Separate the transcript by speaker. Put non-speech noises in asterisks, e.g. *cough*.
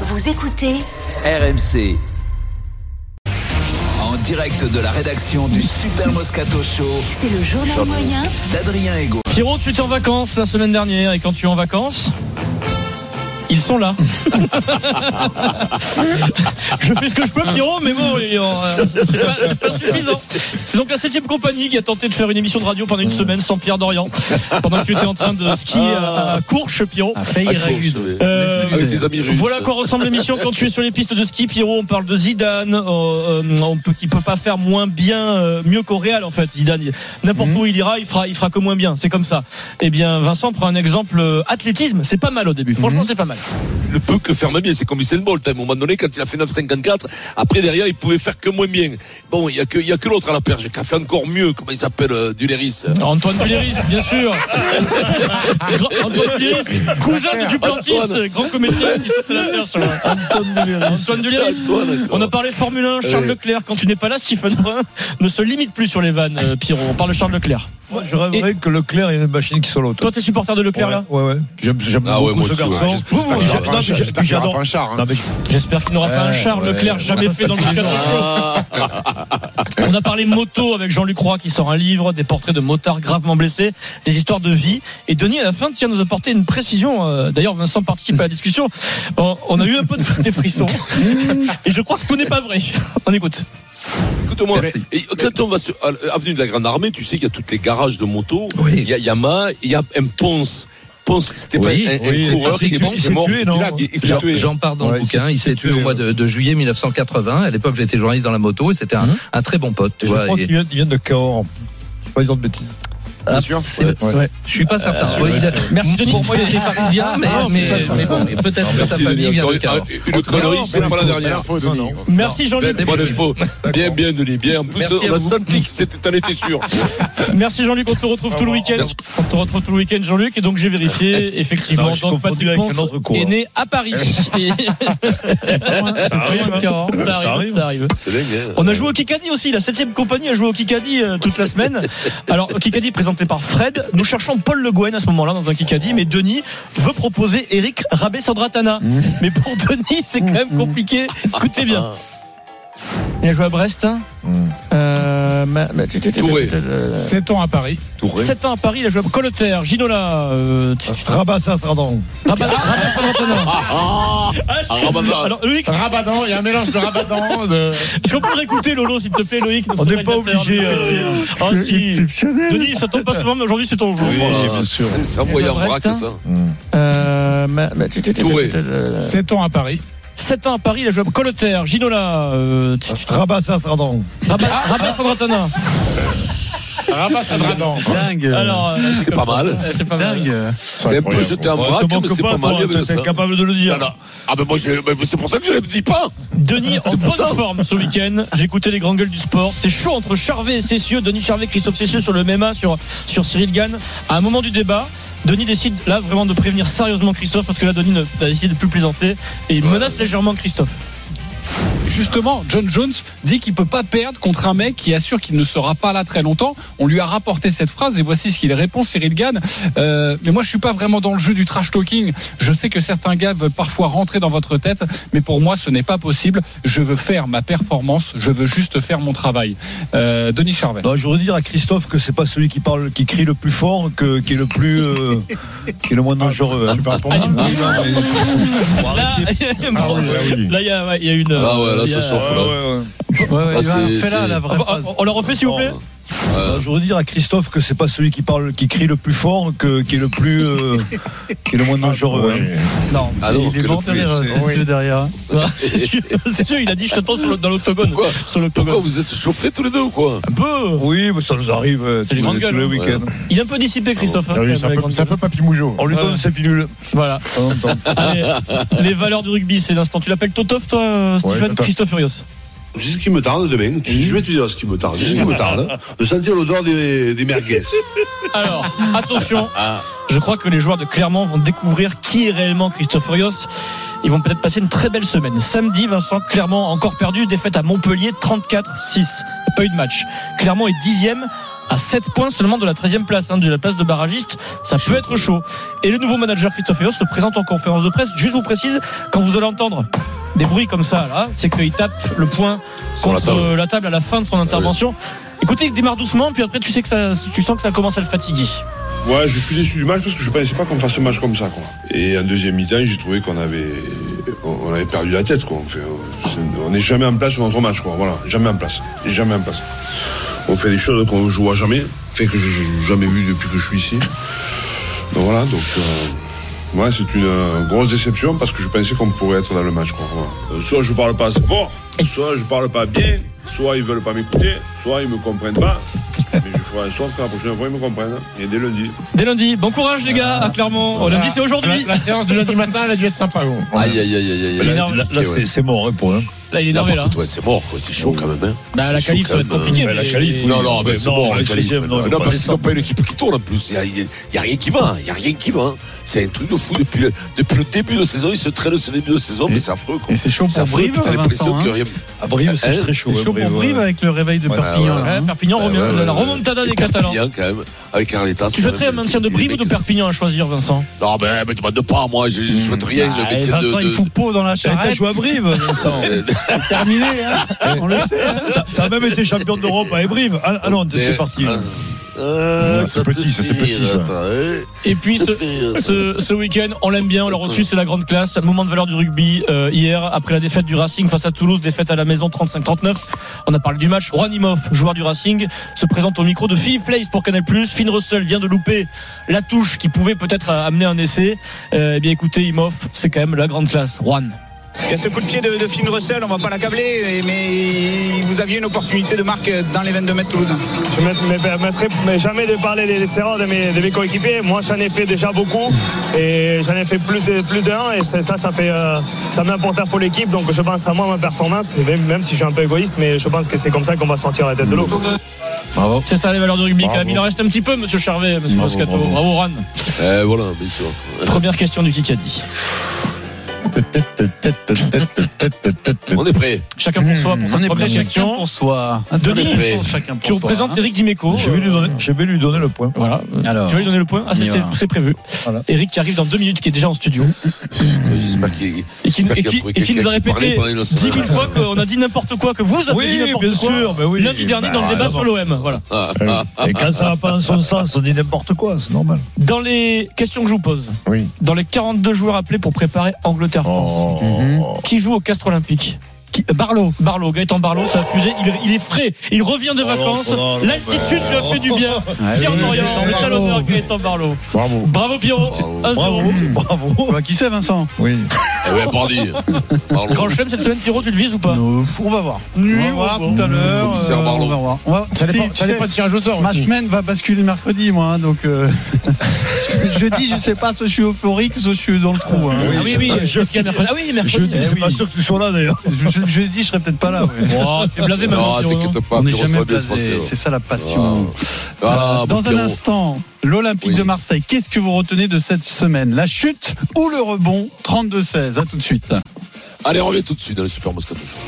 Speaker 1: Vous écoutez
Speaker 2: RMC. En direct de la rédaction du Super Moscato Show
Speaker 1: C'est le journal moyen
Speaker 2: d'Adrien Ego.
Speaker 3: Pierrot, tu étais en vacances la semaine dernière et quand tu es en vacances, ils sont là. *laughs* je fais ce que je peux, Pierrot, mais bon, il y en- euh, c'est pas, c'est pas suffisant. C'est donc la septième compagnie qui a tenté de faire une émission de radio pendant une semaine sans Pierre Dorian, pendant que tu étais en train de skier à, à Courche, Pierrot. Euh,
Speaker 4: Avec tes amis russes.
Speaker 3: Voilà à quoi ressemble l'émission quand tu es sur les pistes de ski, Pierrot. On parle de Zidane, euh, euh, on peut, qui peut pas faire moins bien, euh, mieux qu'au Real en fait. Zidane, il- n'importe
Speaker 4: Mhm.
Speaker 3: où il ira, il fera, il fera que moins bien. C'est comme ça. Eh bien, Vincent prend un exemple euh, athlétisme. C'est pas mal au début. Franchement,
Speaker 4: Mhm.
Speaker 3: c'est pas mal.
Speaker 4: Il ne peut que faire moins bien. C'est comme Usain Bolt. hein. À un moment donné, quand il a fait 9,54, après derrière, il pouvait faire que moins bien. Bon, il y a que, il y a que l'autre à la perche qui a fait encore mieux. Comment il s'appelle, euh, Duléris
Speaker 3: Antoine Puléris, bien
Speaker 4: *laughs*
Speaker 3: sûr. Grand- Antoine Puléris, cousin de Duplantis,
Speaker 4: Antoine.
Speaker 3: grand comédien qui s'appelle la perche. Antoine
Speaker 4: Ah,
Speaker 3: Puléris.
Speaker 4: Antoine, d'accord.
Speaker 3: On a parlé Formule 1, Charles
Speaker 4: Oui.
Speaker 3: Leclerc. Quand tu n'es pas là, Stephen Brun ne se limite plus sur les vannes, euh, Pierrot. On parle de Charles Leclerc.
Speaker 5: Moi, je rêverais que Leclerc ait une machine qui soit l'autre.
Speaker 3: Toi, t'es supporter de Leclerc là
Speaker 5: Ouais, ouais. J'aime j'aime
Speaker 4: Ah ouais,
Speaker 5: beaucoup
Speaker 4: moi
Speaker 5: ce
Speaker 4: aussi, ouais.
Speaker 5: garçon.
Speaker 4: J'espère qu'il
Speaker 5: Non,
Speaker 4: aura pas un
Speaker 5: mais j'ai-
Speaker 4: char. J'espère qu'il aura pas un char,
Speaker 5: j'adore-
Speaker 4: hein.
Speaker 5: Non, mais
Speaker 3: J'espère qu'il n'aura pas un char Leclerc jamais fait dans le Moscato Show.
Speaker 4: Ah,
Speaker 3: On a parlé moto avec Jean-Luc Roy qui sort un livre, des portraits de motards gravement blessés, des histoires de vie. Et Denis, à la fin, tient nous apporter une précision. Euh, D'ailleurs, Vincent participe à la discussion. On, on a eu un peu de, *laughs* des frissons. Et je crois que ce n'est pas vrai. On écoute.
Speaker 4: Écoute-moi,
Speaker 6: Merci.
Speaker 4: et quand on va sur à l'avenue de la Grande Armée, tu sais qu'il y a tous les garages de moto.
Speaker 6: Oui.
Speaker 4: Il y a Yamaha, il y a M. Ponce. Ponce, c'était pas
Speaker 6: Oui,
Speaker 4: un, un
Speaker 5: oui.
Speaker 4: coureur
Speaker 6: Il
Speaker 4: qui est
Speaker 6: s'est
Speaker 4: mort.
Speaker 5: tué, il s'est tué, non
Speaker 4: Il- il s'est
Speaker 6: J'en-
Speaker 4: tué.
Speaker 6: J'en parle dans
Speaker 5: Ouais,
Speaker 6: le bouquin. Il s'est tué au
Speaker 5: tué,
Speaker 6: mois de, de juillet 1980. À l'époque, j'étais journaliste dans la moto et c'était un,
Speaker 3: Mhm.
Speaker 6: un très bon pote. Tu
Speaker 5: Mmh. je
Speaker 6: vois,
Speaker 5: crois
Speaker 6: et-
Speaker 5: qu'il vient- il vient de Cahors. Je ne pas dire de bêtises.
Speaker 6: Ah, c'est-
Speaker 5: ouais.
Speaker 6: ouais. Je suis pas certain. Ouais, il a-
Speaker 3: Merci, Denis.
Speaker 6: Pour moi, il était parisien, mais,
Speaker 5: Non,
Speaker 6: mais,
Speaker 5: c'est pas
Speaker 6: mais bon, et peut-être que sa
Speaker 4: Merci,
Speaker 6: famille
Speaker 4: Denis. Ah,
Speaker 6: vient de
Speaker 4: Encore
Speaker 6: Cahors.
Speaker 4: Une une connerie, c'est pas la dernière.
Speaker 3: Merci Jean-Luc.
Speaker 4: Bonne info. Bien, bien, Denis. Bien. En plus,
Speaker 6: Merci à
Speaker 4: on a
Speaker 6: vous.
Speaker 4: senti que c'était, t'en étais
Speaker 6: *laughs*
Speaker 4: sûr.
Speaker 3: Merci Jean-Luc. On te retrouve tout le week-end.
Speaker 4: Merci.
Speaker 3: On te retrouve tout le week-end Jean-Luc. Et donc j'ai vérifié. Effectivement,
Speaker 5: *laughs* Non, je
Speaker 3: donc
Speaker 5: confondu
Speaker 3: Patrick
Speaker 5: avec un
Speaker 3: Ponce
Speaker 5: autre cours,
Speaker 3: est
Speaker 5: hein.
Speaker 3: né à
Speaker 5: *laughs*
Speaker 3: Paris. Et-
Speaker 5: Ça arrive, hein.
Speaker 3: Ça arrive,
Speaker 5: Ça arrive.
Speaker 3: ça arrive.
Speaker 4: C'est dingue.
Speaker 6: hein.
Speaker 3: On a joué au Kikadi aussi, la septième compagnie a joué au Kikadi euh, toute la semaine. Alors au Kikadi présenté par Fred, nous cherchons Paul Le Guen à ce moment-là dans un Kikadi, mais Denis veut proposer Eric Rabé Sandratana.
Speaker 5: Mmh.
Speaker 3: Mais pour Denis, c'est quand même compliqué. Écoutez bien. Il a joué à Brest. Hein
Speaker 5: Mmh.
Speaker 3: Euh, ma- ma- tu- tu- tu-
Speaker 4: Touré.
Speaker 3: euh, 7 ans à Paris. 7 ans à Paris, il a joué à Colotter, Ginola. euh, tu- tu-
Speaker 5: Rabat Saint-Radan.
Speaker 3: Rabat- Rabat Sandratana.
Speaker 4: Ah,
Speaker 3: Ah,
Speaker 4: ah, Rabadan.
Speaker 3: Alors Loïc,
Speaker 7: Rabadan, il y a un mélange de
Speaker 3: *laughs*
Speaker 7: Rabadan, de
Speaker 3: est-ce qu'on peut réécouter Lolo s'il te plaît Loïc
Speaker 5: On n'est pas obligé. euh,
Speaker 3: Ah,
Speaker 5: c'est
Speaker 3: si.
Speaker 5: exceptionnel.
Speaker 3: Denis, ça tombe pas souvent, mais aujourd'hui c'est ton jour.
Speaker 4: ah, Voilà. C'est, c'est un moyen
Speaker 3: Brest,
Speaker 4: vrac,
Speaker 3: hein.
Speaker 4: ça.
Speaker 3: Euh,
Speaker 4: Touré.
Speaker 7: 7 ans à Paris.
Speaker 3: 7 ans à Paris, il a joué à Colotter, Ginola, euh, tu- tu-
Speaker 5: Rabat Saint-Radan.
Speaker 3: Rabat Rabat Sandratana.
Speaker 7: Rabas Rabadan.
Speaker 6: Dingue.
Speaker 3: Alors, euh,
Speaker 4: C'est pas mal.
Speaker 3: euh, c'est pas mal.
Speaker 6: dingue.
Speaker 4: C'est un peu jeté en
Speaker 5: Ouais,
Speaker 4: vrac,
Speaker 5: ton
Speaker 4: mais c'est pas mal.
Speaker 5: copain, toi,
Speaker 4: il y avait
Speaker 5: t'es
Speaker 4: ça.
Speaker 5: capable de le
Speaker 4: Ah,
Speaker 5: dire.
Speaker 4: non. Ah, mais moi, je- mais c'est pour ça que je ne le dis pas.
Speaker 3: Denis en
Speaker 4: C'est
Speaker 3: bonne
Speaker 4: pour ça.
Speaker 3: forme ce week-end. J'ai écouté les grands gueules du sport. C'est chaud entre Charvet et Cessieux. Denis Charvet, Christophe Cessieux sur le MMA, sur, sur Cyril Gann. À un moment du débat, Denis décide là vraiment de prévenir sérieusement Christophe parce que là, Denis ne, a décidé de plus plaisanter et il menace légèrement Christophe.
Speaker 7: Justement, John Jones dit qu'il peut pas perdre contre un mec qui assure qu'il ne sera pas là très longtemps. On lui a rapporté cette phrase et voici ce qu'il répond, Cyril Gann. Euh, mais moi, je suis pas vraiment dans le jeu du trash talking. Je sais que certains gars veulent parfois rentrer dans votre tête, mais pour moi, ce n'est pas possible. Je veux faire ma performance. Je veux juste faire mon travail. Euh, Denis Charvet.
Speaker 5: Non, Bah, je voudrais dire à Christophe que c'est pas celui qui parle, qui crie le plus fort, que, qui est le plus, euh, qui est le
Speaker 4: Ah,
Speaker 5: moins dangereux. hein.
Speaker 3: moi
Speaker 5: Ah, non, mais-
Speaker 3: Là, *laughs* il y a une- là, il y a ouais, il y a une.
Speaker 4: Ah ouais, là,
Speaker 3: il y a-
Speaker 4: ça chauffe,
Speaker 5: Ouais,
Speaker 4: là.
Speaker 5: ouais, ouais.
Speaker 4: Ah, c'est-
Speaker 6: Fais-la,
Speaker 4: c'est- Oh,
Speaker 6: la
Speaker 3: Ah
Speaker 6: vraie
Speaker 3: bah,
Speaker 6: phrase.
Speaker 3: On le refait s'il vous plaît
Speaker 5: Euh, Je voudrais dire à Christophe que c'est pas celui qui parle, qui crie le plus fort, que, qui est le plus, *laughs* euh, qui est le moins dangereux. hein.
Speaker 3: Non.
Speaker 4: Ah non, que le plus- hein.
Speaker 3: *laughs* derrière. C'est sûr, il a dit je t'attends sur le- dans l'octogone.
Speaker 4: Pourquoi
Speaker 3: Sur
Speaker 4: Pourquoi
Speaker 3: l'octogone.
Speaker 4: vous êtes chauffés tous les deux ou quoi
Speaker 3: Un peu.
Speaker 5: Oui, mais ça nous arrive euh,
Speaker 3: C'est
Speaker 5: tous
Speaker 3: les
Speaker 5: les,
Speaker 3: grandes
Speaker 5: tous les
Speaker 3: gueules,
Speaker 5: week-ends.
Speaker 3: Il est un peu dissipé, Christophe.
Speaker 4: Ah
Speaker 3: hein, quand même, avec Gonzalo.
Speaker 7: Papy Mougeot.
Speaker 5: On lui donne
Speaker 3: Ouais.
Speaker 5: ses pilules.
Speaker 3: Voilà.
Speaker 5: En même temps.
Speaker 3: *laughs* Allez, les valeurs du rugby, c'est l'instant. Tu l'appelles Totov, toi, euh, Stephen
Speaker 7: Totov.
Speaker 3: Christophe Furios.
Speaker 8: C'est ce qui me tarde demain.
Speaker 4: Mmh.
Speaker 8: Je- Je vais te dire ah, ce qui me tarde. C'est ce qui me tarde. hein, De sentir l'odeur des, des merguez.
Speaker 3: Alors, attention. Je crois que les joueurs de Clermont vont découvrir qui est réellement Christophe Furios. Ils vont peut-être passer une très belle semaine. Samedi, Vincent, Clermont a encore perdu, défaite à Montpellier 34-6. Pas eu de match. Clermont est dixième à 7 points seulement de la 13e place, hein, de la place de barragiste. Ça peut être chaud. Et le nouveau manager Christophe Ayos se présente en conférence de presse. Juste vous précise, quand vous allez entendre des bruits comme ça, là, c'est qu'il tape le point
Speaker 4: Sur la
Speaker 3: contre
Speaker 4: table. Ah
Speaker 3: euh, la table à la fin de son intervention. Écoutez, il démarre doucement, puis après tu sais que ça, tu sens que ça commence à le fatiguer.
Speaker 8: Ouais, je suis déçu du match parce que je pensais pas qu'on fasse un match comme ça, quoi. Et en deuxième mi-temps, j'ai trouvé qu'on avait, on on avait perdu la tête, quoi. On fait- on n'est jamais en place sur notre match, quoi. Voilà, jamais en place, jamais en place. On fait des choses qu'on joue à jamais, fait que je- j'ai jamais vu depuis que je suis ici. Donc voilà, donc. euh, ouais, c'est une euh, grosse déception parce que je pensais qu'on pourrait être dans le match. Quoi. Voilà. Euh, Soit je parle pas assez fort, soit je parle pas bien, soit ils veulent pas m'écouter, soit ils me comprennent pas. Mais je ferai en sorte que la prochaine fois ils me comprennent. Et dès lundi.
Speaker 3: Dès lundi, bon courage les gars à Clermont. Oh, Lundi c'est aujourd'hui.
Speaker 9: La, la séance du
Speaker 3: *laughs*
Speaker 9: lundi matin, elle a dû être sympa. gros.
Speaker 4: Aïe, aïe, aïe, aïe, aïe.
Speaker 5: Là,
Speaker 4: aïe.
Speaker 5: là, là,
Speaker 4: Ouais.
Speaker 5: c'est c'est mort hein, pour eux.
Speaker 3: Là il est énervé là.
Speaker 4: N'importe quoi, c'est mort, quoi. C'est chaud quand même. hein.
Speaker 3: Bah, la
Speaker 4: C'est chaud
Speaker 3: qualif ça va être
Speaker 4: quand même,
Speaker 3: compliqué.
Speaker 4: hein.
Speaker 5: Ouais, la
Speaker 3: mais-
Speaker 5: qualif,
Speaker 4: Non, non, mais c'est
Speaker 5: Non,
Speaker 4: mort,
Speaker 5: le
Speaker 4: la qualif.
Speaker 5: sixième, non,
Speaker 4: Non,
Speaker 5: ils vont pas
Speaker 4: parce qu'ils n'ont pas une équipe qui tourne en plus. Il n'y a, rien qui va. Il n'y a rien qui va. hein. C'est un truc de fou. Depuis le, depuis le début de saison, ils se traînent ce début de saison, mais c'est affreux, quoi.
Speaker 9: Et c'est chaud
Speaker 4: C'est
Speaker 9: pour
Speaker 4: affreux,
Speaker 9: Brive,
Speaker 4: t'as l'impression
Speaker 9: Vincent.
Speaker 4: que
Speaker 9: hein.
Speaker 4: rien.
Speaker 5: À Brive, c'est
Speaker 4: Euh,
Speaker 5: très chaud.
Speaker 9: C'est
Speaker 5: hein,
Speaker 9: chaud pour
Speaker 5: Brive,
Speaker 9: Brive
Speaker 5: ouais.
Speaker 9: avec le réveil de
Speaker 5: Ouais,
Speaker 9: Perpignan.
Speaker 3: Ouais,
Speaker 9: là, hein.
Speaker 3: Perpignan
Speaker 4: Ouais,
Speaker 3: revient,
Speaker 4: ouais, ouais,
Speaker 3: la
Speaker 4: ouais.
Speaker 3: remontada
Speaker 4: Et
Speaker 3: des Catalans.
Speaker 4: Perpignan, quand même, avec Arleta,
Speaker 3: Tu
Speaker 4: c'est
Speaker 3: souhaiterais un
Speaker 4: même-
Speaker 3: maintien de
Speaker 4: des
Speaker 3: Brive ou de
Speaker 4: mecs-
Speaker 3: Perpignan à choisir, Vincent
Speaker 4: Non, mais me demande pas, moi, je je souhaite rien. Le
Speaker 9: Ah, et
Speaker 4: métier
Speaker 9: Vincent,
Speaker 4: de-
Speaker 9: il
Speaker 4: de.
Speaker 9: fout peau dans la
Speaker 5: T'as
Speaker 9: charrette.
Speaker 5: joué à Brive, Vincent.
Speaker 9: *laughs* C'est terminé. Hein. On le sait. hein.
Speaker 5: T'as- T'as même été champion d'Europe à Brive. Ah, ah non,
Speaker 4: Mais-
Speaker 5: c'est parti.
Speaker 3: hein.
Speaker 4: Ah. Euh,
Speaker 5: Ouais, Ah, c'est
Speaker 4: te
Speaker 5: petit, ça, c'est
Speaker 4: fait rire,
Speaker 5: petit, ça.
Speaker 4: attends, euh,
Speaker 3: Et puis
Speaker 4: ça
Speaker 3: ce,
Speaker 4: fait rire.
Speaker 3: ce, ce week-end, on l'aime bien, on l'a reçu, c'est la grande classe. Moment de valeur du rugby euh, hier, après la défaite du Racing face à Toulouse, défaite à la maison 35-39. On a parlé du match. Juan Imhoff, joueur du Racing, se présente au micro de Phil Flays pour Canal+. Finn Russell vient de louper la touche qui pouvait peut-être euh, amener un essai. Euh, eh bien écoutez, Imhoff, c'est quand même la grande classe. Juan.
Speaker 10: Il y a ce coup de pied de, de Finn Russell, on va pas l'accabler, et- mais vous aviez une opportunité de marque dans les 22 mètres toulousains.
Speaker 11: Je ne me permettrai mais jamais de parler des des erreurs de mes, de mes coéquipiers. Moi, j'en ai fait déjà beaucoup et j'en ai fait plus, de- plus d'un. Et c'est ça, ça, fait, euh, ça m'importe pour l'équipe. Donc, je pense à moi, ma performance, et même, même si je suis un peu égoïste, mais je pense que c'est comme ça qu'on va sortir la tête de l'eau.
Speaker 6: Bravo.
Speaker 3: C'est ça les valeurs du rugby, quand même. Il en reste un petit peu, monsieur Charvet, monsieur Moscato. Bravo, Juan.
Speaker 4: Euh, voilà, bien sûr.
Speaker 3: Première question du Kikadi.
Speaker 4: On est prêt.
Speaker 3: Chacun pour soi pour
Speaker 9: On
Speaker 3: cette
Speaker 9: est
Speaker 3: première
Speaker 9: prêt Mmh. chacun
Speaker 3: question.
Speaker 9: pour soi. Ah, c'est
Speaker 3: Denis,
Speaker 9: vrai,
Speaker 4: mais-
Speaker 9: chacun pour
Speaker 3: Tu
Speaker 9: soi,
Speaker 3: représentes
Speaker 9: hein.
Speaker 3: Eric Dimeco. Euh,
Speaker 5: Je vais lui donner- je vais lui donner le point.
Speaker 3: Voilà.
Speaker 9: Alors,
Speaker 3: tu vas lui donner le point Ah,
Speaker 9: on
Speaker 3: c'est-
Speaker 9: y
Speaker 3: c'est-
Speaker 9: va.
Speaker 3: c'est prévu.
Speaker 5: Voilà.
Speaker 3: Eric qui arrive dans deux minutes, qui est déjà en studio
Speaker 4: J'espère qu'il
Speaker 3: et qui,
Speaker 4: j'espère
Speaker 3: et
Speaker 4: qu'il
Speaker 3: qui-
Speaker 4: trouvé
Speaker 3: et qui
Speaker 4: quelqu'un
Speaker 3: nous a
Speaker 4: qui parlait
Speaker 3: répété
Speaker 4: pendant une
Speaker 3: 10 000
Speaker 4: semaine.
Speaker 3: fois qu'on a dit n'importe quoi, que vous avez dit
Speaker 5: Oui,
Speaker 3: n'importe
Speaker 5: bien
Speaker 3: quoi.
Speaker 5: sûr, mais oui.
Speaker 3: Lundi dernier dans le débat sur l'OM. Voilà.
Speaker 4: Ah, ah,
Speaker 5: Et quand ça va pas en son sens, on dit n'importe quoi, c'est normal.
Speaker 3: Dans les questions que je vous pose,
Speaker 9: Oui.
Speaker 3: dans les 42 joueurs appelés pour préparer Angleterre-France, qui joue au Castre Olympique euh, Barlow. Barlow, Gaëtan Barlow, ça a fusé. Il, il est frais, il revient de
Speaker 5: Oh,
Speaker 3: vacances.
Speaker 5: oh, oh,
Speaker 3: L'altitude lui a fait du bien.
Speaker 9: Ah,
Speaker 3: Pierre
Speaker 9: oui,
Speaker 3: Dorian,
Speaker 9: Gaëtan
Speaker 3: le
Speaker 9: Barlow.
Speaker 3: talonneur Gaëtan Barlow.
Speaker 9: Bravo.
Speaker 3: Bravo Pierrot.
Speaker 4: Bravo.
Speaker 3: 1-0.
Speaker 5: Bravo, bravo.
Speaker 9: Bah, qui c'est, Vincent
Speaker 5: Oui.
Speaker 4: eh ouais, Bardi. Parlons.
Speaker 3: Grand chelem cette semaine, Pierrot, tu le vises ou
Speaker 5: Bah,
Speaker 3: pas
Speaker 9: Nous, On va voir. Bah. On
Speaker 3: Oui,
Speaker 9: va voir
Speaker 3: bon.
Speaker 9: tout à l'heure.
Speaker 4: Commissaire
Speaker 9: euh,
Speaker 4: Barlow.
Speaker 9: On va voir. On va- Ça Si, dépend, tu ça sais, dépend
Speaker 11: de tirage au sort
Speaker 9: Ma semaine va basculer mercredi, moi, hein, donc euh, *laughs* jeudi, je sais pas, soit je suis euphorique, soit je suis dans le trou. hein.
Speaker 3: Ah oui, oui, je qu'il y a mercredi. Ah oui, mercredi.
Speaker 4: Eh
Speaker 5: Jeudi, c'est pas sûr que tu sois là d'ailleurs.
Speaker 9: *laughs* Je- je- jeudi, je serai peut-être pas là. ouais.
Speaker 3: Oh, t'es blasé
Speaker 5: Ah,
Speaker 3: maintenant.
Speaker 4: Non,
Speaker 3: Pierrot, hein.
Speaker 4: t'inquiète pas,
Speaker 9: On n'est
Speaker 4: Pierrot, ça
Speaker 9: jamais
Speaker 4: va bien se passer.
Speaker 9: blasé,
Speaker 4: ouais.
Speaker 9: c'est ça la passion. Euh,
Speaker 4: Ah, mon
Speaker 9: dans un
Speaker 4: Pierrot.
Speaker 9: instant, l'Olympique
Speaker 4: Oui.
Speaker 9: de Marseille, qu'est-ce que vous retenez de cette semaine La chute ou le rebond 32-16, à tout de suite.
Speaker 4: Allez, on revient tout de suite dans le Super Moscato Show.